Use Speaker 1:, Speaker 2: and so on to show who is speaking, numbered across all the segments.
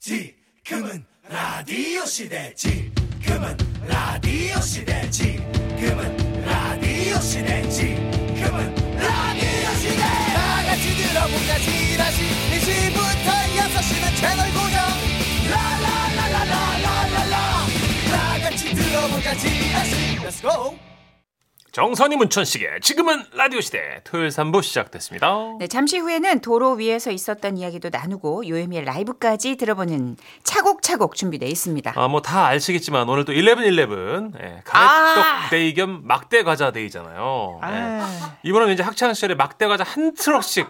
Speaker 1: 지금은 라디오 시대 지금은 라디오 시대 지금은 라디오 시대 지금은 라디오 시대 다 같이 들어보자 지라시 1시부터 6시는 채널 고정 라라라라라라라라 다 같이 들어보자 지라시 Let's go
Speaker 2: 정선이 문천식의 지금은 라디오 시대 토요일 3부 시작됐습니다.
Speaker 3: 네, 잠시 후에는 도로 위에서 있었던 이야기도 나누고 요예미의 라이브까지 들어보는 차곡차곡 준비돼 있습니다.
Speaker 2: 아, 뭐 다 아시겠지만 오늘 또 1111 예, 가래떡
Speaker 3: 아!
Speaker 2: 데이 겸 막대 과자 데이잖아요. 예. 이번에는 이제 학창 시절에 막대 과자 한 트럭씩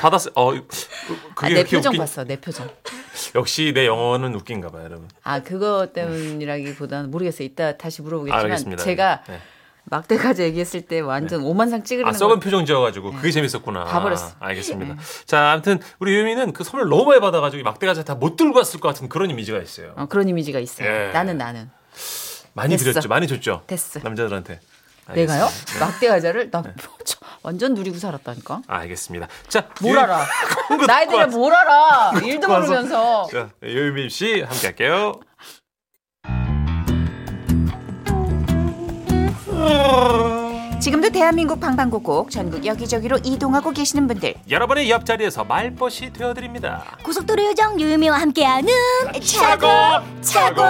Speaker 2: 받았어요. 어, 이거-
Speaker 4: 아,
Speaker 2: 그게
Speaker 4: 내
Speaker 2: 이렇게
Speaker 4: 표정
Speaker 2: 웃긴-
Speaker 4: 봤어, 내 표정.
Speaker 2: 역시 내 영어는 웃긴가 봐요, 여러분.
Speaker 4: 아, 그거 때문이라기보다는 모르겠어요. 이따 다시 물어보겠지만
Speaker 2: 알겠습니다.
Speaker 4: 제가
Speaker 2: 네.
Speaker 4: 막대 과자 얘기했을 때 완전 오만상 찌그리는 예.
Speaker 2: 아, 썩은
Speaker 4: 거-
Speaker 2: 표정 지어가지고 그게 재밌었구나.
Speaker 4: 다 버렸어. 음.
Speaker 2: 아, 알겠습니다. 자, 아무튼 우리 유미는 그 선물 너무 많이 받아가지고 이 막대 과자 다 못 들고 왔을 것 같은 그런 이미지가 있어요.
Speaker 4: 어, 그런 이미지가 있어요.
Speaker 2: 예.
Speaker 4: 나는 나는.
Speaker 2: 많이
Speaker 4: 됐어.
Speaker 2: 드렸죠, 많이 줬죠.
Speaker 4: 됐어.
Speaker 2: 남자들한테. 알겠습니다. 네.
Speaker 4: 내가요? 막대 과자를 나뭐 저- 완전 누리고 살았다니까.
Speaker 2: 아, 알겠습니다. 자,
Speaker 4: 뭘
Speaker 2: 유-
Speaker 4: 알아?
Speaker 2: 그런 거
Speaker 4: 나이
Speaker 2: 듣고
Speaker 4: 들에
Speaker 2: 와서-
Speaker 4: 뭘 알아? 일도
Speaker 2: 와서.
Speaker 4: 모르면서.
Speaker 2: 자, 유미 씨 함께 할게요.
Speaker 3: 지금도 대한민국 방방곡곡 전국 여기저기로 이동하고 계시는 분들
Speaker 2: 여러분의 옆자리에서 말벗이 되어드립니다.
Speaker 5: 고속도로 요정 유유미와 함께하는 차고 차고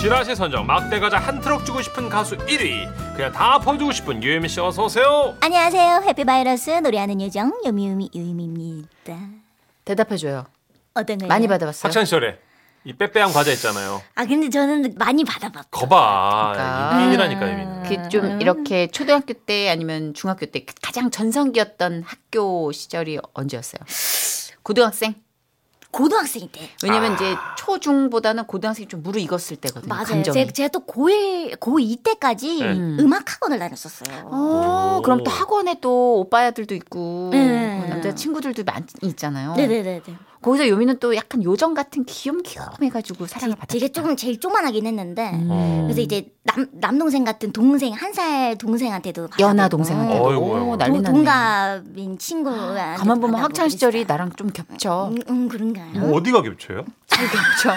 Speaker 2: 지라시 선정 막대 과자 한 트럭 주고 싶은 가수 1위. 그냥 다 퍼주고 싶은 유미 씨 어서 오세요.
Speaker 5: 안녕하세요 해피바이러스 노래하는 요정 유미유미 유미입니다
Speaker 4: 대답해 줘요.
Speaker 5: 어떤 거예요?
Speaker 4: 많이 받아봤어요.
Speaker 2: 학창 시절에 이 빼빼한 과자 있잖아요.
Speaker 5: 아 근데 저는 많이 받아봤
Speaker 2: 거봐.
Speaker 4: 그러니까.
Speaker 2: 유미라니까 유미.
Speaker 4: 그 좀 이렇게 초등학교 때 아니면 중학교 때그 가장 전성기였던 학교 시절이 언제였어요? 고등학생?
Speaker 5: 고등학생 때
Speaker 4: 왜냐면 이제 초중보다는 고등학생이 좀 무르익었을 때거든요.
Speaker 5: 맞아요
Speaker 4: 음, 감정이.
Speaker 5: 제가, 제가 또 고1 고2 때까지
Speaker 2: 네.
Speaker 5: 음악 학원을 다녔었어요
Speaker 4: 어, 그럼 또 학원에 또 오빠야들도 있고
Speaker 5: 네.
Speaker 4: 남자 친구들도 많이 있잖아요.
Speaker 5: 네네네네
Speaker 4: 거기서 요미는 또 약간 요정 같은 귀염귀염해가지고 사랑을 받았죠. 음.
Speaker 5: 되게 조금 제일 조만하긴 했는데 그래서 이제 남, 남동생 같은 동생 한 살 동생한테도 받아보고
Speaker 4: 연하 동생한테도
Speaker 2: 어이구, 어이구.
Speaker 4: 오,
Speaker 5: 동-
Speaker 4: 난리 났네.
Speaker 5: 동갑인 친구
Speaker 4: 가만 보면 학창 시절이 나랑 좀 겹쳐.
Speaker 5: 음, 음 그런가요?
Speaker 2: 뭐 어디가 겹쳐요?
Speaker 4: 겹쳐.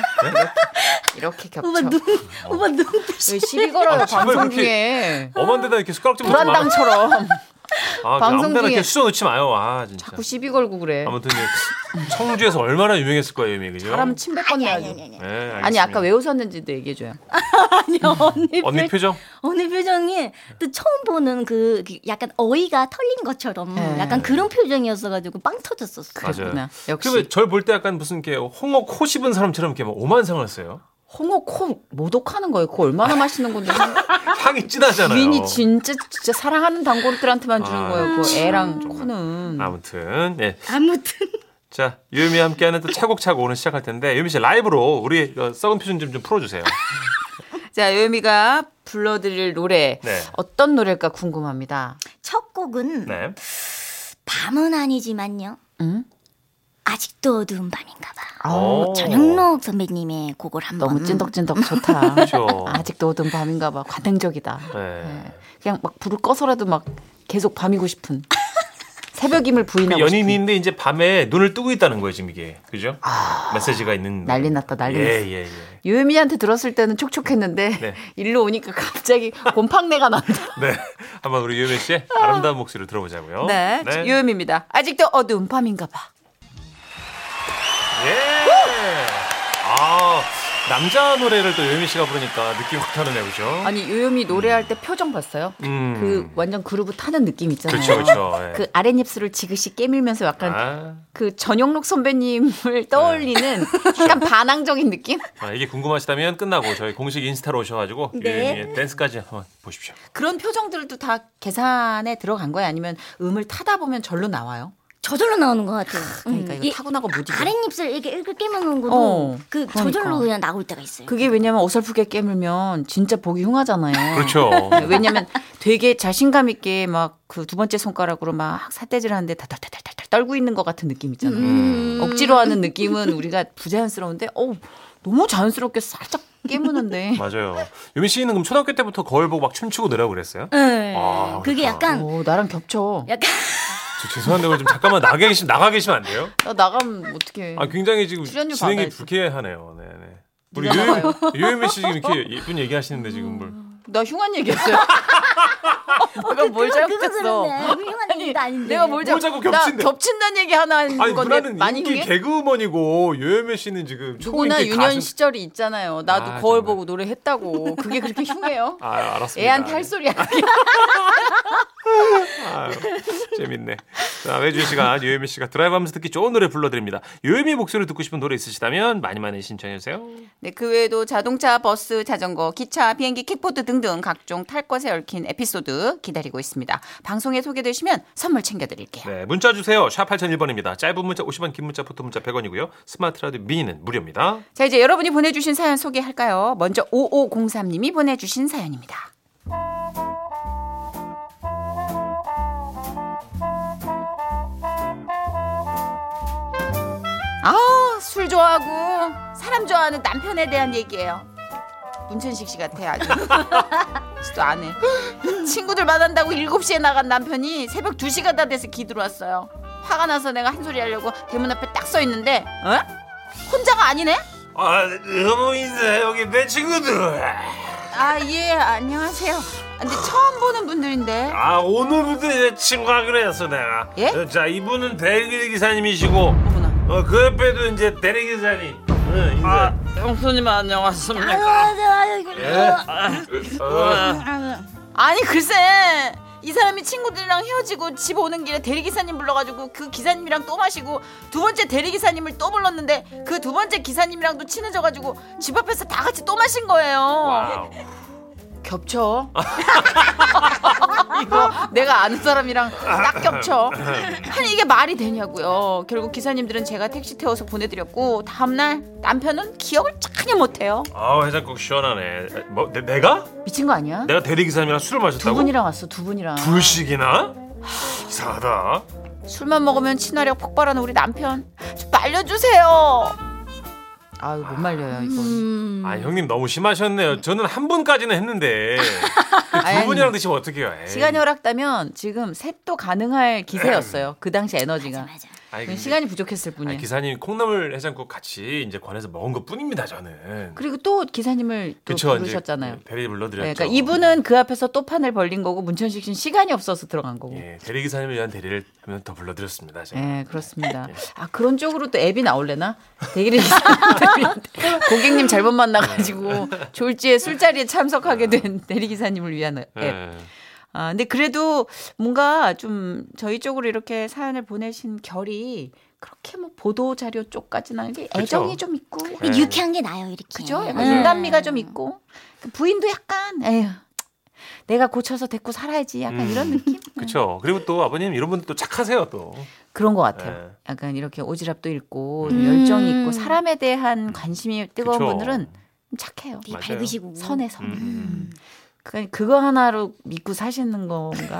Speaker 4: 이렇게 겹쳐.
Speaker 5: 오빠 눈, 오빠 눈 부시.
Speaker 4: 왜 시비 걸어요
Speaker 2: 아, 정말
Speaker 4: 방송
Speaker 2: 그렇게-
Speaker 4: 중에
Speaker 2: 엄한 데다 이렇게 숟가락 좀 놓지 마.
Speaker 4: 불안당처럼
Speaker 2: 아, 그
Speaker 4: 방송
Speaker 2: 아무 데나 이렇게
Speaker 4: 중에-
Speaker 2: 쑤셔 놓지 마요. 아, 진짜.
Speaker 4: 자꾸 시비 걸고 그래.
Speaker 2: 아무튼 이제 청주에서 얼마나 유명했을 거예요, 유미. 그죠?
Speaker 4: 바람 침뱉 건네
Speaker 5: 아니,
Speaker 4: 아주.
Speaker 5: 아니, 아니, 아니.
Speaker 2: 예, 알겠습니다.
Speaker 4: 아니 아까 왜 웃었는지도 얘기해줘요.
Speaker 5: 아니요, 언니,
Speaker 2: 언니
Speaker 5: 표,
Speaker 2: 표정?
Speaker 5: 언니 표정이 또 처음 보는 그 약간 어이가 털린 것처럼
Speaker 4: 네.
Speaker 5: 약간 그런 표정이었어가지고 빵 터졌었어.
Speaker 2: 맞아요.
Speaker 4: 그랬구나. 역시.
Speaker 2: 그러면 절 볼 때 약간 무슨 이렇게 홍어 코 씹은 사람처럼 이렇게 막 오만상을 써요.
Speaker 4: 홍어 코 모독하는 거예요. 그거 얼마나 맛있는 건데.
Speaker 2: 향이 진하잖아요.
Speaker 4: 주인이 진짜 진짜 사랑하는 단골들한테만 주는
Speaker 2: 아,
Speaker 4: 거예요. 그
Speaker 2: 참,
Speaker 4: 애랑
Speaker 2: 정말.
Speaker 4: 코는.
Speaker 2: 아무튼 예.
Speaker 5: 아무튼
Speaker 2: 자 유미 함께하는 또 차곡차곡 오늘 시작할 텐데 유미 씨 라이브로 우리 어, 썩은 표정 좀, 좀 풀어주세요.
Speaker 4: 자 요미가 불러드릴 노래
Speaker 2: 네.
Speaker 4: 어떤 노래일까 궁금합니다.
Speaker 5: 첫 곡은
Speaker 2: 네.
Speaker 5: 밤은 아니지만요.
Speaker 4: 응?
Speaker 5: 아직도 어두운 밤인가봐.
Speaker 2: 오.
Speaker 5: 전영록 선배님의 곡을 한번
Speaker 4: 너무 찐덕찐덕 좋다.
Speaker 2: 음. 그렇죠.
Speaker 4: 아직도 어두운 밤인가봐. 관행적이다.
Speaker 2: 네.
Speaker 4: 네. 그냥 막 불을 꺼서라도 막 계속 밤이고 싶은 새벽임을
Speaker 2: 그
Speaker 4: 부인하고 싶은
Speaker 2: 연인인데 이제 밤에 눈을 뜨고 있다는 거예요 지금 이게 그죠? 메시지가 있는
Speaker 4: 아, 난리 났다, 난리 났어.
Speaker 2: 예예예.
Speaker 4: 유미한테 들었을 때는 촉촉했는데
Speaker 2: 네.
Speaker 4: 일로 오니까 갑자기 곰팡내가 난다.
Speaker 2: 네. 한번 우리 유미 씨의 아름다운 목소리를 들어보자고요.
Speaker 4: 네, 유미입니다. 아직도 어두운 밤인가봐.
Speaker 2: 예. 아 남자 노래를 또 유미 씨가 부르니까 느낌 확 타르네요, 그죠?
Speaker 4: 아니 요요미 노래할 때 표정 봤어요?
Speaker 2: 음.
Speaker 4: 그 완전 그루브 타는 느낌 있잖아요.
Speaker 2: 그렇죠, 그렇죠. 예.
Speaker 4: 그 아랫입술을 지그시 깨밀면서 약간
Speaker 2: 아, 네.
Speaker 4: 그 전영록 선배님을 떠올리는 약간 반항적인 느낌?
Speaker 2: 아, 이게 궁금하시다면 끝나고 저희 공식 인스타로 오셔가지고
Speaker 5: 네.
Speaker 2: 유미의 댄스까지 한번 보십시오.
Speaker 4: 그런 표정들도 다 계산에 들어간 거예요? 아니면 음을 타다 보면 절로 나와요?
Speaker 5: 저절로 나오는 것 같아요. 음,
Speaker 4: 그러니까 이거
Speaker 5: 이
Speaker 4: 타고나고 무지.
Speaker 5: 아랫입술 이렇게 이렇게 깨무는 거도
Speaker 4: 어,
Speaker 5: 그
Speaker 4: 그러니까.
Speaker 5: 저절로 그냥 나올 때가 있어요.
Speaker 4: 그게 왜냐면 어설프게 깨물면 진짜 보기 흉하잖아요.
Speaker 2: 그렇죠.
Speaker 4: 네, 왜냐면 되게 자신감 있게 막 그 두 번째 손가락으로 막 사대질 하는데 달달달달달 떨고 있는 것 같은 느낌 있잖아요. 억지로 하는 느낌은 우리가 부자연스러운데, 어우, 너무 자연스럽게 살짝 깨무는데.
Speaker 2: 맞아요. 유민 씨는 그럼 초등학교 때부터 거울 보고 막 춤추고 노래하고 그랬어요?
Speaker 5: 네.
Speaker 2: 아,
Speaker 5: 그게
Speaker 2: 그렇구나.
Speaker 5: 약간
Speaker 4: 오, 나랑 겹쳐.
Speaker 5: 약간
Speaker 2: 저 죄송한데 오늘 좀 잠깐만 나가 계시 나가 계시면 안 돼요?
Speaker 4: 나 나가면 어떡해.
Speaker 2: 아 굉장히 지금
Speaker 4: 음. 출연료
Speaker 2: 진행이
Speaker 4: 받아야지.
Speaker 2: 불쾌하네요. 네네. 우리
Speaker 4: 누가 봐요? 음.
Speaker 2: 유유미 씨 지금 이렇게 예쁜 얘기 하시는데 지금 뭘?
Speaker 4: 나 흉한 얘기했어요. 내가 뭘 잘못했어.
Speaker 5: 아, 그거 그러네. 훌륭한 얘기도 아닌데.
Speaker 4: 내가 뭘
Speaker 2: 뭘
Speaker 4: 잘,
Speaker 2: 자꾸
Speaker 4: 나
Speaker 2: 겹친대.
Speaker 4: 겹친다는 얘기 하나 한
Speaker 2: 아니
Speaker 4: 건데
Speaker 2: 누나는
Speaker 4: 많이
Speaker 2: 인기
Speaker 4: 흉해?
Speaker 2: 개그우먼이고 유유미 씨는 지금
Speaker 4: 누구나
Speaker 2: 초인기 그
Speaker 4: 유년
Speaker 2: 가수.
Speaker 4: 시절이 있잖아요. 나도
Speaker 2: 아,
Speaker 4: 거울
Speaker 2: 정말.
Speaker 4: 보고 노래했다고. 그게 그렇게 흉해요?
Speaker 2: 아 알았습니다. 네.
Speaker 4: 애한테 할 소리 아니야.
Speaker 2: 아유, 재밌네. 자, 매주 이 시간 유혜미 씨가 드라이브하면서 듣기 좋은 노래 불러드립니다. 유혜미 목소리를 듣고 싶은 노래 있으시다면 많이 많이 신청해주세요.
Speaker 4: 네, 그 외에도 자동차, 버스, 자전거, 기차, 비행기, 킥보드 등등 각종 탈 것에 얽힌 에피소드 기다리고 있습니다. 방송에 소개되시면 선물 챙겨드릴게요.
Speaker 2: 네, 문자 주세요. 샵 8001번입니다. 짧은 문자 50원, 긴 문자, 보통 문자 100원이고요. 스마트 라디오 미니는 무료입니다.
Speaker 4: 자, 이제 여러분이 보내주신 사연 소개할까요? 먼저 5503님이 보내주신 사연입니다. 아, 술 좋아하고 사람 좋아하는 남편에 대한 얘기예요. 문천식 씨 같아 아주. 지도 안 해. 친구들 만난다고 7시에 나간 남편이 새벽 2시가 다 돼서 기 들어왔어요. 화가 나서 내가 한 소리 하려고 대문 앞에 딱 서 있는데 어? 혼자가 아니네?
Speaker 2: 아, 너무 인사 여기 내 친구들.
Speaker 4: 아, 예, 안녕하세요. 아, 근데 처음 보는 분들인데.
Speaker 2: 아, 오늘부터 내 친구 하기로 했어, 내가.
Speaker 4: 예?
Speaker 2: 어, 자, 이분은 대리기사님이시고,
Speaker 4: 어머나.
Speaker 2: 어, 그 옆에도 이제 대리기사님. 응, 인사.
Speaker 4: 형수님 안녕하십니까?
Speaker 5: 아유, 아유,
Speaker 2: 예.
Speaker 5: 아유.
Speaker 4: 어?
Speaker 2: 어,
Speaker 4: 아니, 글쎄. 이 사람이 친구들이랑 헤어지고 집 오는 길에 대리기사님 불러가지고 그 기사님이랑 또 마시고 두 번째 대리기사님을 또 불렀는데 그 두 번째 기사님이랑도 친해져가지고 집 앞에서 다 같이 또 마신 거예요.
Speaker 2: 어, 와우.
Speaker 4: 겹쳐. 이거 내가 아는 사람이랑 딱 겹쳐. 아니 이게 말이 되냐고요. 결국 기사님들은 제가 택시 태워서 보내드렸고 다음날 남편은 기억을 전혀 못해요.
Speaker 2: 아, 해장국 시원하네. 뭐, 내, 내가?
Speaker 4: 미친 거 아니야?
Speaker 2: 내가 대리기사님이랑 술을
Speaker 4: 두
Speaker 2: 마셨다고?
Speaker 4: 분이랑 왔어 두 분이랑.
Speaker 2: 둘씩이나? 이상하다.
Speaker 4: 술만 먹으면 친화력 폭발하는 우리 남편 좀 말려주세요. 아유 못 말려요 이거.
Speaker 5: 음.
Speaker 2: 아 형님 너무 심하셨네요. 저는 한 분까지는 했는데 두 분이랑 드시면 어떡해요? 에이.
Speaker 4: 시간이 허락다면 지금 셋도 가능할 기세였어요. 그 당시 에너지가.
Speaker 5: 맞아.
Speaker 2: 아니, 근데-
Speaker 4: 시간이 부족했을 뿐이에요.
Speaker 2: 아니, 기사님 콩나물 해장국 같이 이제 관에서 먹은 것 뿐입니다. 저는.
Speaker 4: 그리고 또 기사님을 또
Speaker 2: 그쵸, 이제
Speaker 4: 부르셨잖아요.
Speaker 2: 대리 불러드렸죠.
Speaker 4: 네, 그러니까 이분은 그 앞에서 또 판을 벌린 거고 문천식 씨는 시간이 없어서 들어간 거고. 예.
Speaker 2: 예, 대리기사님을 위한 대리를 한번 더 불러드렸습니다. 제가.
Speaker 4: 네, 그렇습니다.
Speaker 2: 네.
Speaker 4: 아 그런 쪽으로 또 앱이 나올래나? 대기를 기사님들 위한 고객님 잘못
Speaker 2: 네.
Speaker 4: 만나가지고 졸지에 술자리에 참석하게 된 대리기사님을 위한 앱.
Speaker 2: 예.
Speaker 4: 아 근데 그래도 뭔가 좀 저희 쪽으로 이렇게 사연을 보내신 결이 그렇게 뭐 보도 자료 쪽까지는 아닌데 애정이
Speaker 2: 그쵸.
Speaker 4: 좀 있고 약간
Speaker 2: 예.
Speaker 5: 유쾌한 게 나요, 이렇게.
Speaker 4: 그죠? 약간
Speaker 5: 음.
Speaker 4: 인간미가 좀 있고 그 부인도 약간 에휴 내가 고쳐서 데리고 살아야지 약간
Speaker 2: 음.
Speaker 4: 이런 느낌
Speaker 2: 그렇죠. 그리고 또 아버님 이런 분들 또 착하세요 또.
Speaker 4: 그런 것 같아요.
Speaker 2: 예.
Speaker 4: 약간 이렇게 오지랖도 있고
Speaker 2: 음.
Speaker 4: 열정이 있고 사람에 대한 관심이 뜨거운
Speaker 2: 그쵸.
Speaker 4: 분들은 착해요.
Speaker 5: 되게
Speaker 2: 맞아요.
Speaker 5: 밝으시고.
Speaker 4: 선해서
Speaker 2: 음, 음.
Speaker 4: 그냥 그거 하나로 믿고 사시는 건가?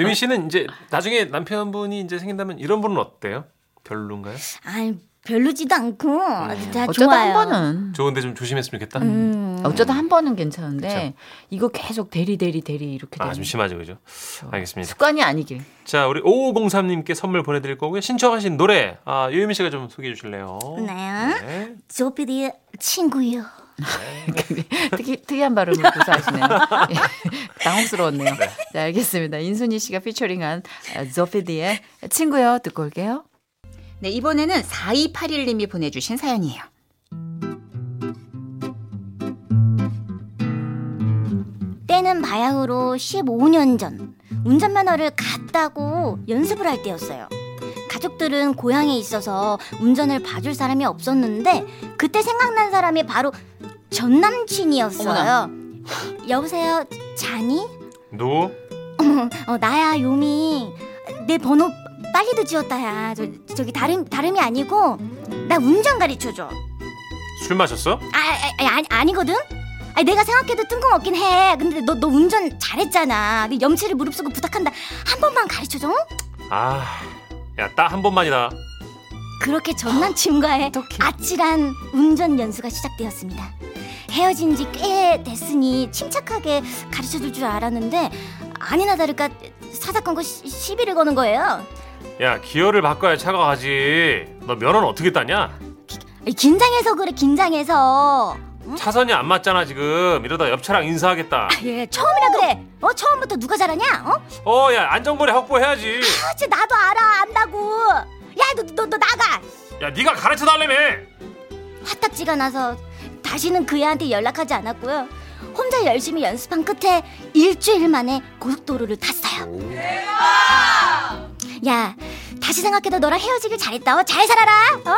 Speaker 2: 유민 씨는 이제 나중에 남편분이 이제 생긴다면 이런 분은 어때요? 별론가요?
Speaker 5: 아니, 별로지도 않고.
Speaker 2: 음.
Speaker 5: 아주 다
Speaker 4: 어쩌다
Speaker 5: 좋아요.
Speaker 4: 한 번은
Speaker 2: 좋은데 좀 조심했으면 좋겠다.
Speaker 5: 음.
Speaker 4: 어쩌다 한 번은 괜찮은데 이거 계속 대리 대리 대리 이렇게 되는
Speaker 2: 아, 좀 심하죠, 그죠?
Speaker 4: 그렇죠.
Speaker 2: 알겠습니다.
Speaker 4: 습관이 아니길.
Speaker 2: 자, 우리 5503님께 선물 보내드릴 거고요. 신청하신 노래, 아, 유유미 씨가 좀 소개해 주실래요?
Speaker 5: 네.
Speaker 2: 네.
Speaker 5: 조피디의 친구요.
Speaker 4: 특이, 특이한 발음을 구사하시네요. 예, 당혹스러웠네요. 자, 알겠습니다. 인순이 씨가 피처링한 저피디의 친구요 듣고 올게요. 네, 이번에는 4281님이 보내주신 사연이에요.
Speaker 5: 때는 바야흐로 15년 전 운전 면허를 갔다고 연습을 할 때였어요. 가족들은 고향에 있어서 운전을 봐줄 사람이 없었는데 그때 생각난 사람이 바로 전 남친이었어요. 여보세요, 자니?
Speaker 2: 누?
Speaker 5: 어 나야 요미. 내 번호 빨리도 지웠다야. 저, 저기 다름 다름이 아니고 나 운전 가르쳐 줘.
Speaker 2: 술 마셨어?
Speaker 5: 아, 아, 아, 아니, 아니거든? 아니, 내가 생각해도 뜬금없긴 해. 근데 너, 너 운전 잘했잖아. 네 염치를 무릅쓰고 부탁한다. 한 번만 가르쳐줘. 응?
Speaker 2: 아, 야, 딱 한 번만이다.
Speaker 5: 그렇게 전남친과의 아찔한 운전 연수가 시작되었습니다. 헤어진 지 꽤 됐으니 침착하게 가르쳐 줄 줄 알았는데 아니나 다를까 사사건 거 시, 시비를 거는 거예요.
Speaker 2: 야 기어를 바꿔야 차가 가지. 너 면허는 어떻게 따냐?
Speaker 5: 아니, 긴장해서 그래 긴장해서.
Speaker 2: 차선이 안 맞잖아 지금. 이러다 옆 차랑 인사하겠다.
Speaker 5: 예, 처음이라 그래. 어, 처음부터 누가 잘하냐? 어?
Speaker 2: 어, 야 안전거리 확보해야지.
Speaker 5: 그렇지, 나도 알아, 안다고. 야, 너, 너, 너 나가.
Speaker 2: 야 네가 가르쳐 달래며.
Speaker 5: 화딱지가 나서 다시는 그 애한테 연락하지 않았고요. 혼자 열심히 연습한 끝에 일주일 만에 고속도로를 탔어요. 야, 다시 생각해도 너랑 헤어지길 잘했다. 어? 잘 살아라. 어?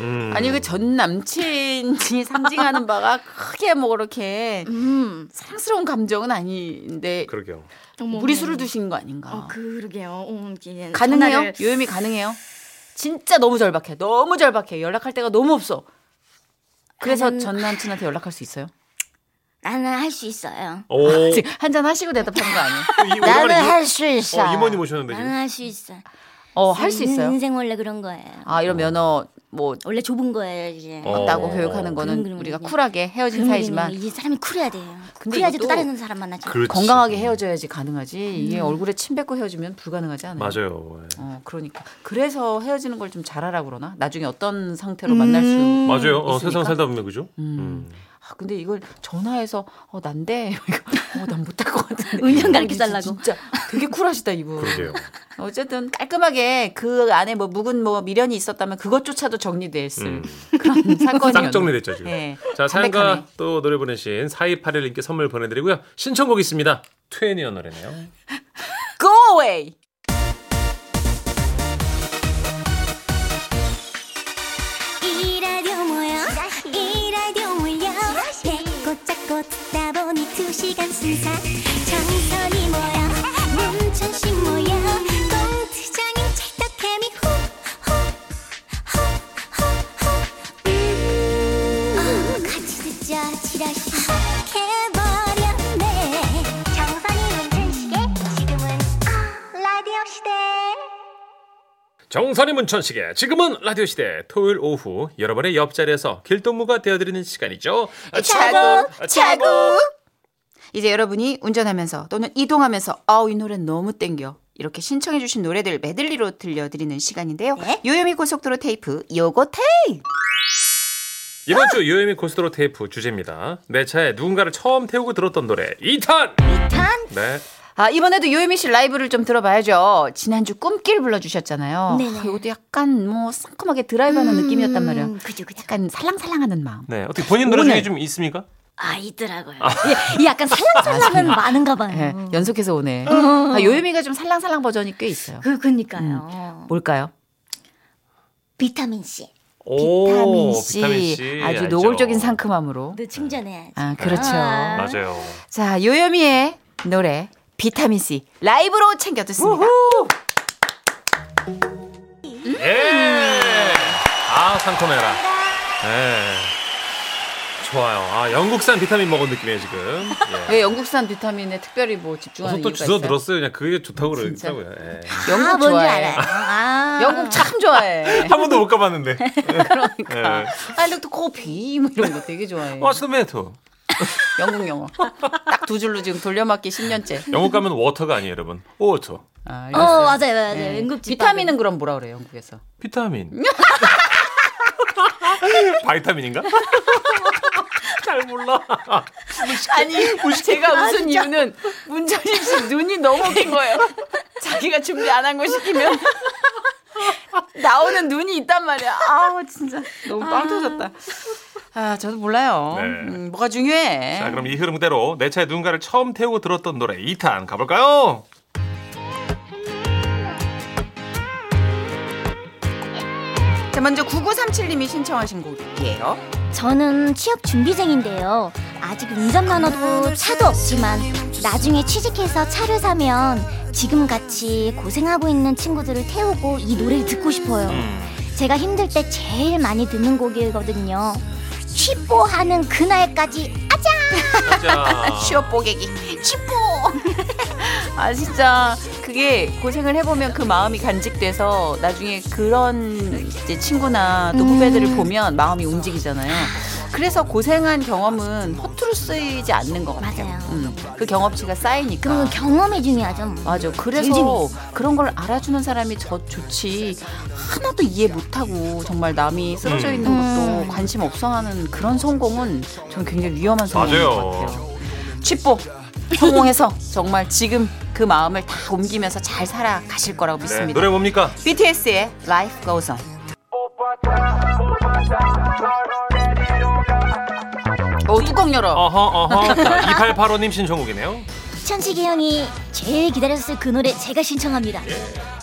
Speaker 2: 음.
Speaker 4: 아니 그 전 남친이 상징하는 바가 크게 뭐 그렇게
Speaker 5: 음.
Speaker 4: 사랑스러운 감정은 아닌데
Speaker 2: 그러게요.
Speaker 4: 무리수를 두신 거 아닌가?
Speaker 5: 어, 그러게요.
Speaker 4: 가능해요? 요염이 가능해요? 진짜 너무 절박해. 너무 절박해. 연락할 데가 너무 없어. 그래서
Speaker 5: 나는-
Speaker 4: 전 남친한테 연락할 수 있어요?
Speaker 5: 나는 할 수 있어요.
Speaker 2: 오. 이,
Speaker 4: 아, 지금 한잔 하시고 대답하는 거 아니에요?
Speaker 2: 오랜만에 이-
Speaker 5: 할수 있어.
Speaker 2: 어, 임원님 오셨는데
Speaker 5: 나는
Speaker 2: 지금.
Speaker 5: 할 수 있어. 아,
Speaker 4: 어, 할 수 있어요.
Speaker 5: 인생 원래 그런 거예요.
Speaker 4: 아, 이런 면허 뭐
Speaker 5: 원래 좁은 거예요, 이게.
Speaker 2: 어.
Speaker 4: 없다고 교육하는 거는
Speaker 5: 아, 그런 그런
Speaker 4: 우리가
Speaker 5: 그런.
Speaker 4: 쿨하게 헤어진 사이지만
Speaker 5: 이 사람이 쿨해야 돼요.
Speaker 4: 근데
Speaker 5: 그래야지
Speaker 4: 이것도
Speaker 5: 또 다른 사람 만나죠.
Speaker 2: 그렇지. 음.
Speaker 4: 건강하게 헤어져야지 가능하지.
Speaker 5: 음.
Speaker 4: 이게 얼굴에 침 뱉고 헤어지면 불가능하지 않아요?
Speaker 2: 맞아요. 예.
Speaker 4: 어, 그러니까. 그래서 헤어지는 걸 좀 잘하라 그러나? 나중에 어떤
Speaker 5: 음.
Speaker 4: 상태로 만날 수
Speaker 2: 맞아요. 어,
Speaker 4: 음, 있으니까?
Speaker 2: 세상 살다 보면 그죠? 음.
Speaker 4: 아, 근데 이걸 전화해서 어 난데 이거 어 난 못 할 것 같은데
Speaker 5: 은연
Speaker 4: 어, 진짜,
Speaker 5: 가르쳐달라고.
Speaker 4: 진짜 되게 쿨하시다 이분
Speaker 2: 그러게요.
Speaker 4: 어쨌든 깔끔하게 그 안에 뭐 묵은 뭐 미련이 있었다면 그것조차도 정리됐을
Speaker 2: 음.
Speaker 4: 그런 사건이었네
Speaker 2: 딱 정리됐죠 지금.
Speaker 4: 예.
Speaker 2: 자
Speaker 4: 담백하네.
Speaker 2: 사연과 또 노래 보내신 4281님께 선물 보내드리고요. 신청곡 있습니다. 트웬티의 노래네요.
Speaker 4: Go away
Speaker 5: 이 라디오 뭐야? 이 라디오 뭐야? 배꼽 잡고 듣다 보니 두 시간 순삭 정선이 뭐야? 문천식 뭐야? 공투장인 찰떡케미 후후후후후 같이 듣자 지라시 해버렸네 정선이 문천식의 지금은 라디오 시대
Speaker 2: 정선이 문천식의 지금은 라디오 시대 토요일 오후 여러분의 옆자리에서 길동무가 되어드리는 시간이죠. 아,
Speaker 4: 차고, 차고.
Speaker 2: 고
Speaker 4: 이제 여러분이 운전하면서 또는 이동하면서 아우 이 노래 너무 땡겨 이렇게 신청해 주신 노래들 메들리로 들려드리는 시간인데요
Speaker 5: 네.
Speaker 4: 요요미 고속도로 테이프 요거 테이
Speaker 2: 이번 주 요요미 고스도로 테이프 주제입니다. 내 차에 누군가를 처음 태우고 들었던 노래 2탄. 2탄. 네.
Speaker 4: 아 이번에도 요요미 씨 라이브를 좀 들어봐야죠 지난주 꿈길 불러주셨잖아요
Speaker 5: 네네. 음.
Speaker 4: 아, 이것도 약간 뭐 상큼하게 드라이브하는 느낌이었단 말이에요
Speaker 5: 그죠 그죠
Speaker 4: 약간 살랑살랑하는 마음
Speaker 2: 네. 어떻게 본인 노래 중에
Speaker 4: 오늘.
Speaker 2: 좀 있습니까?
Speaker 5: 아 있더라고요. 예, 이 약간 살랑살랑은 많은가 봐요.
Speaker 4: 예, 연속해서 오네. 아, 요요미가 좀 살랑살랑 버전이 꽤 있어요.
Speaker 5: 음. 그
Speaker 4: 음.
Speaker 5: 그니까요.
Speaker 4: 뭘까요?
Speaker 5: 비타민 C.
Speaker 2: 오,
Speaker 4: 비타민 C.
Speaker 2: 비타민 C.
Speaker 4: 아주
Speaker 2: 알죠.
Speaker 4: 노골적인 상큼함으로.
Speaker 5: 너 칭찬해야지.
Speaker 4: 아, 그렇죠.
Speaker 5: 아.
Speaker 2: 맞아요.
Speaker 4: 자, 요요미의 노래 비타민 C 라이브로 챙겨 듣습니다.
Speaker 2: 예. 아 상큼해라. 예. 좋아요. 아 영국산 비타민 먹은 느낌이에요 지금. 예.
Speaker 4: 왜 영국산 비타민에 특별히 뭐 집중하는
Speaker 2: 저도
Speaker 4: 이유가
Speaker 2: 주워
Speaker 4: 있어요?
Speaker 2: 들었어요. 그냥 그게 좋다고
Speaker 4: 진짜? 네.
Speaker 2: 그러더라고요. 예.
Speaker 4: 영국
Speaker 5: 아, 뭔지
Speaker 4: 좋아해.
Speaker 5: 알아요. 아.
Speaker 4: 영국 참 좋아해.
Speaker 2: 한 번도 못 가봤는데.
Speaker 5: 아.
Speaker 2: 네. 예.
Speaker 4: 그러니까. I like to coffee 뭐 이런 거 되게 좋아해.
Speaker 2: 워츠메토
Speaker 4: 영국 영어. 딱 두 줄로 지금 돌려막기 10년째.
Speaker 2: 영국 가면 워터가 아니에요, 여러분. 워터.
Speaker 4: 아,
Speaker 5: 어
Speaker 4: 알겠어요. 예.
Speaker 5: 맞아요 맞아요. 영국 집밥.
Speaker 4: 비타민은 그럼 뭐라 그래요, 영국에서?
Speaker 2: 비타민. 바이타민인가? 잘 몰라.
Speaker 4: 아니 제가 웃은 이유는 문정임 씨 눈이 너무 웃긴 거예요. 자기가 준비 안 한 거 시키면 나오는 눈이 있단 말이야. 아우 진짜 너무 빵 터졌다. 아 저도 몰라요.
Speaker 2: 네.
Speaker 4: 음, 뭐가 중요해.
Speaker 2: 자, 그럼 이 흐름대로 내 차에 누군가를 처음 태우고 들었던 노래 2탄 가볼까요?
Speaker 4: 자 먼저 9937님이 신청하신 곡이에요.
Speaker 5: 저는 취업 준비생인데요. 아직 운전만 얻고 차도 없지만 나중에 취직해서 차를 사면 지금 같이 고생하고 있는 친구들을 태우고 이 노래를 듣고 싶어요.
Speaker 4: 음.
Speaker 5: 제가 힘들 때 제일 많이 듣는 곡이거든요. 취뽀하는 그날까지 아자
Speaker 2: 자. 네,
Speaker 4: 취업 보객이 치포. 아 진짜 그게 고생을 해보면 그 마음이 간직돼서
Speaker 5: 음.
Speaker 4: 나중에 그런 이제 친구나 또 후배들을 보면 마음이 움직이잖아요. 그래서 고생한 경험은 허투루 쓰이지 않는 것 같아요.
Speaker 5: 맞아요.
Speaker 4: 음, 그 경험치가 쌓이니까.
Speaker 5: 그러면 경험이 중요하죠.
Speaker 4: 맞아.
Speaker 5: 제일
Speaker 4: 그래서 그런 걸 알아주는 사람이 저 좋지. 하나도 이해 못하고 정말 남이 쓰러져 있는
Speaker 5: 음.
Speaker 4: 것도 관심 없어하는 그런 성공은 전 굉장히 위험한 성공인
Speaker 2: 맞아요.
Speaker 4: 것 같아요. 취뽀 성공해서 정말 지금 그 마음을 다 옮기면서 잘 살아가실 거라고
Speaker 2: 네,
Speaker 4: 믿습니다.
Speaker 2: 노래 뭡니까?
Speaker 4: BTS의 Life Goes On. 오 뚜껑 열어.
Speaker 2: 어허 어허. 2885님 신청곡이네요.
Speaker 5: 천식이 형이 제일 기다렸을 그 노래 제가 신청합니다.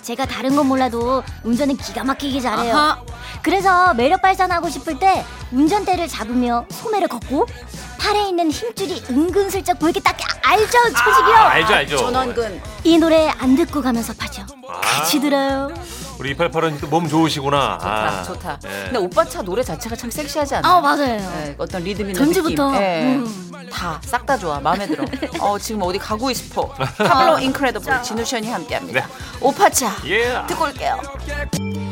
Speaker 5: 제가 다른 건 몰라도 운전은 기가 막히게 잘해요.
Speaker 4: 아하.
Speaker 5: 그래서 매력 발산하고 싶을 때 운전대를 잡으며 소매를 걷고 팔에 있는 힘줄이 은근슬쩍 보이게 딱 알죠, 천식이 형.
Speaker 2: 아, 알죠 알죠.
Speaker 4: 전원근.
Speaker 5: 이 노래 안 듣고 가면서 파죠. 같이 들어요.
Speaker 2: 우리 2885님 또몸 좋으시구나.
Speaker 4: 좋다
Speaker 2: 아,
Speaker 4: 좋다.
Speaker 2: 예.
Speaker 4: 근데 오빠 차 노래 자체가 참 섹시하지 않아?
Speaker 5: 아 맞아요.
Speaker 4: 예, 어떤 리듬이나
Speaker 5: 전주부터.
Speaker 4: 느낌. 예.
Speaker 5: 음.
Speaker 4: 다 싹 다 좋아. 마음에 들어. 어, 지금 어디 가고 싶어. 파블로 인크레더블 진우션이 함께합니다.
Speaker 2: 네.
Speaker 4: 오파차
Speaker 2: 예.
Speaker 4: 듣고 올게요.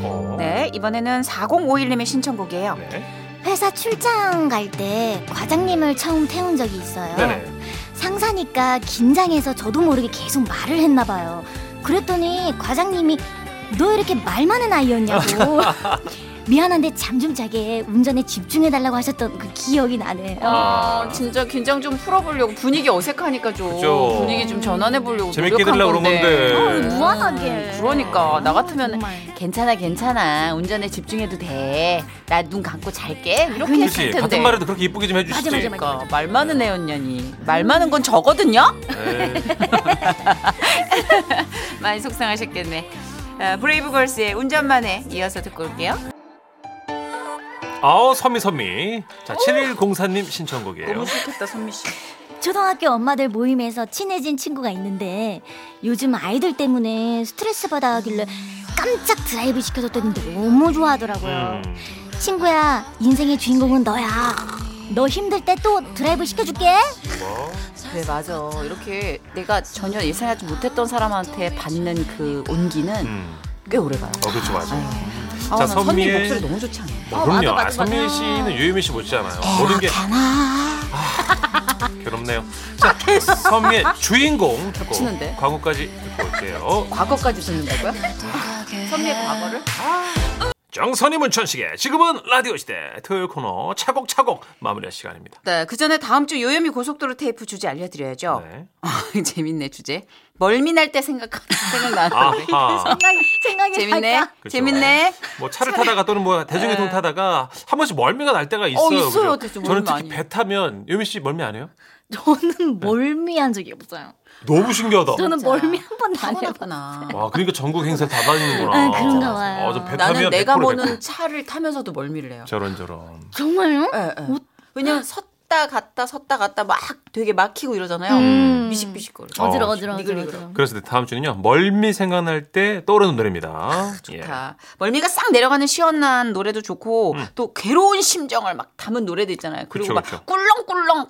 Speaker 2: 어.
Speaker 3: 네, 이번에는 4051님의 신청곡이에요.
Speaker 2: 네.
Speaker 5: 회사 출장 갈 때 과장님을 처음 태운 적이 있어요.
Speaker 2: 네네.
Speaker 5: 상사니까 긴장해서 저도 모르게 계속 말을 했나 봐요. 그랬더니 과장님이 너 이렇게 말 많은 아이였냐고. 미안한데 잠 좀 자게 운전에 집중해 달라고 하셨던 그 기억이 나네요.
Speaker 4: 아, 진짜 긴장 좀 풀어보려고 분위기 어색하니까 좀
Speaker 2: 그죠.
Speaker 4: 분위기 좀 전환해 보려고
Speaker 2: 재밌게
Speaker 4: 노력한
Speaker 2: 들으려고 그런 건데.
Speaker 5: 어, 무한하게. 아,
Speaker 4: 그러니까 나 같으면 은
Speaker 5: 정말.
Speaker 4: 괜찮아 괜찮아 운전에 집중해도 돼 나 눈 감고 잘게 이렇게
Speaker 2: 그렇지.
Speaker 4: 했을 텐데.
Speaker 2: 음, 같은 말에도 그렇게 이쁘게 좀 해주시지.
Speaker 5: 맞아, 맞아,
Speaker 4: 그러니까 말 많은 애였냐니 말 많은 건 저거든요.
Speaker 2: 네.
Speaker 4: 많이 속상하셨겠네. 아, 브레이브걸스의 운전만에 이어서 듣고 올게요.
Speaker 2: 아우 선미 선미. 자 7104님 신청곡이에요.
Speaker 4: 너무 좋겠다 선미 씨.
Speaker 5: 초등학교 엄마들 모임에서 친해진 친구가 있는데 요즘 아이들 때문에 스트레스 받아하길래 깜짝 드라이브 시켜줬더니 너무 좋아하더라고요.
Speaker 2: 음.
Speaker 5: 친구야, 인생의 주인공은 너야. 너 힘들 때 또 드라이브 시켜줄게.
Speaker 4: 그래 네, 맞아. 이렇게 내가 전혀 예상하지 못했던 사람한테 받는 그 온기는
Speaker 2: 음.
Speaker 4: 꽤 오래가요.
Speaker 2: 어 그렇죠 맞아. 요 자,
Speaker 4: 아, 난 선미
Speaker 2: 선미의-
Speaker 4: 목소리 너무 좋지 않아?
Speaker 2: 어, 그럼요. 아, 선미 씨는 유유미 씨 못지않아요. 모든 게 아, 괴롭네요. 자, 선미의 주인공 듣고
Speaker 4: 겹치는데?
Speaker 2: 광고까지 듣고 올게요.
Speaker 4: 과거까지 듣는다고요? 선미의 과거를?
Speaker 2: 정선이 문천식의 지금은 라디오 시대 토요일 코너 차곡차곡 마무리할 시간입니다.
Speaker 3: 네, 그 전에 다음 주 요요미 고속도로 테이프 주제
Speaker 4: 어.
Speaker 3: 알려드려야죠.
Speaker 2: 네.
Speaker 4: 재밌네 주제. 멀미 날 때 생각 생각나.
Speaker 2: 아하.
Speaker 5: 생각이
Speaker 4: 재밌네.
Speaker 5: 날까?
Speaker 2: 그죠.
Speaker 4: 재밌네.
Speaker 2: 뭐 차를 타다가 또는 뭐 대중교통 타다가 한 번씩 멀미가 날 때가 있어요.
Speaker 4: 네. 어, 있어요.
Speaker 2: 그죠?
Speaker 4: 대충
Speaker 2: 저는
Speaker 4: 멀미
Speaker 2: 특히
Speaker 4: 많이.
Speaker 2: 배 타면 유미 씨 멀미 안 해요?
Speaker 6: 저는 멀미한 적이 없어요.
Speaker 2: 너무 신기하다.
Speaker 6: 저는
Speaker 4: 진짜.
Speaker 6: 멀미 한 번도 안 해요.
Speaker 4: 타고났구나.
Speaker 2: 와, 그러니까 전국 행사 다 다니는구나.
Speaker 5: 아, 그런가 봐요.
Speaker 2: 어, 저배 타면
Speaker 4: 나는 내가
Speaker 2: 100%
Speaker 4: 보는
Speaker 2: 백퍼.
Speaker 4: 차를 타면서도 멀미를 해요.
Speaker 2: 저런 저런.
Speaker 6: 정말요?
Speaker 4: 예, 예. 왜냐면 섰다 갔다 섰다 갔다 막 되게 막히고 이러잖아요.
Speaker 6: 음.
Speaker 4: 미식미식거려.
Speaker 2: 어,
Speaker 6: 어지러 어지러 어지러.
Speaker 4: 니글니글.
Speaker 6: 어지러.
Speaker 2: 그래서 다음 주는요. 멀미 생각날 때 떠오르는 노래입니다. 예.
Speaker 4: 좋다. 멀미가 싹 내려가는 시원한 노래도 좋고 또 괴로운 심정을 막 담은 노래도 있잖아요. 그리고
Speaker 2: 음. 그쵸,
Speaker 4: 막
Speaker 2: 그쵸.
Speaker 4: 꿀렁꿀렁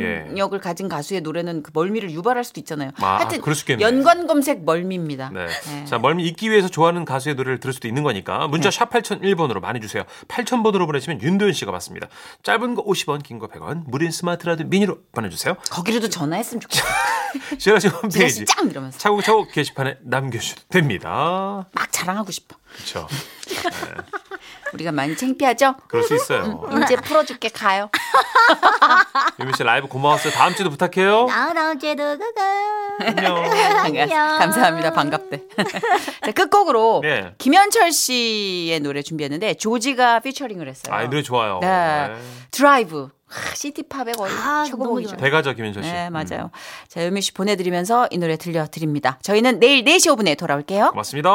Speaker 2: 예.
Speaker 4: 가창력을 가진 가수의 노래는 그 멀미를 유발할 수도 있잖아요.
Speaker 2: 아,
Speaker 4: 하여튼
Speaker 2: 그럴 수 있겠네.
Speaker 4: 연관 검색 멀미입니다.
Speaker 2: 네.
Speaker 4: 네.
Speaker 2: 자, 멀미 잊기 위해서 좋아하는 가수의 노래를 들을 수도 있는 거니까 문자 샵 8001번으로 많이 주세요. 8000번으로 보내시면 윤도현 씨가 맞습니다. 짧은 거 50원, 긴 거 100원, 무린 스마트 라디오 미니로 보내주세요.
Speaker 4: 거기라도 전화했으면 좋겠어.
Speaker 2: 지라씨 홈페이지
Speaker 4: 지라씨 짱 이러면서
Speaker 2: 차곡차곡 게시판에 남겨주셔도 됩니다.
Speaker 4: 막 자랑하고 싶어.
Speaker 2: 그렇죠.
Speaker 4: 우리가 많이 창피하죠?
Speaker 2: 그럴 수 있어요.
Speaker 4: 이제 풀어줄게 가요.
Speaker 2: 유미 씨 라이브 고마웠어요. 다음 주도 부탁해요.
Speaker 4: 네.
Speaker 5: 나 다음 주에도 가가.
Speaker 2: 안녕.
Speaker 4: 반가- 감사합니다. 반갑대. 자, 끝곡으로
Speaker 2: 네.
Speaker 4: 김현철 씨의 노래 준비했는데 조지가 피처링을 했어요.
Speaker 2: 아, 이 노래 좋아요.
Speaker 4: 네.
Speaker 2: 네.
Speaker 4: 드라이브. 하, 시티팝의 거의
Speaker 5: 아,
Speaker 4: 최고봉이죠.
Speaker 5: 너무 좋아요.
Speaker 2: 배가죠, 김현철 씨.
Speaker 4: 네, 맞아요.
Speaker 2: 음,
Speaker 4: 자, 유미 씨 보내드리면서 이 노래 들려드립니다. 저희는 내일 4시 5분에 돌아올게요.
Speaker 2: 고맙습니다.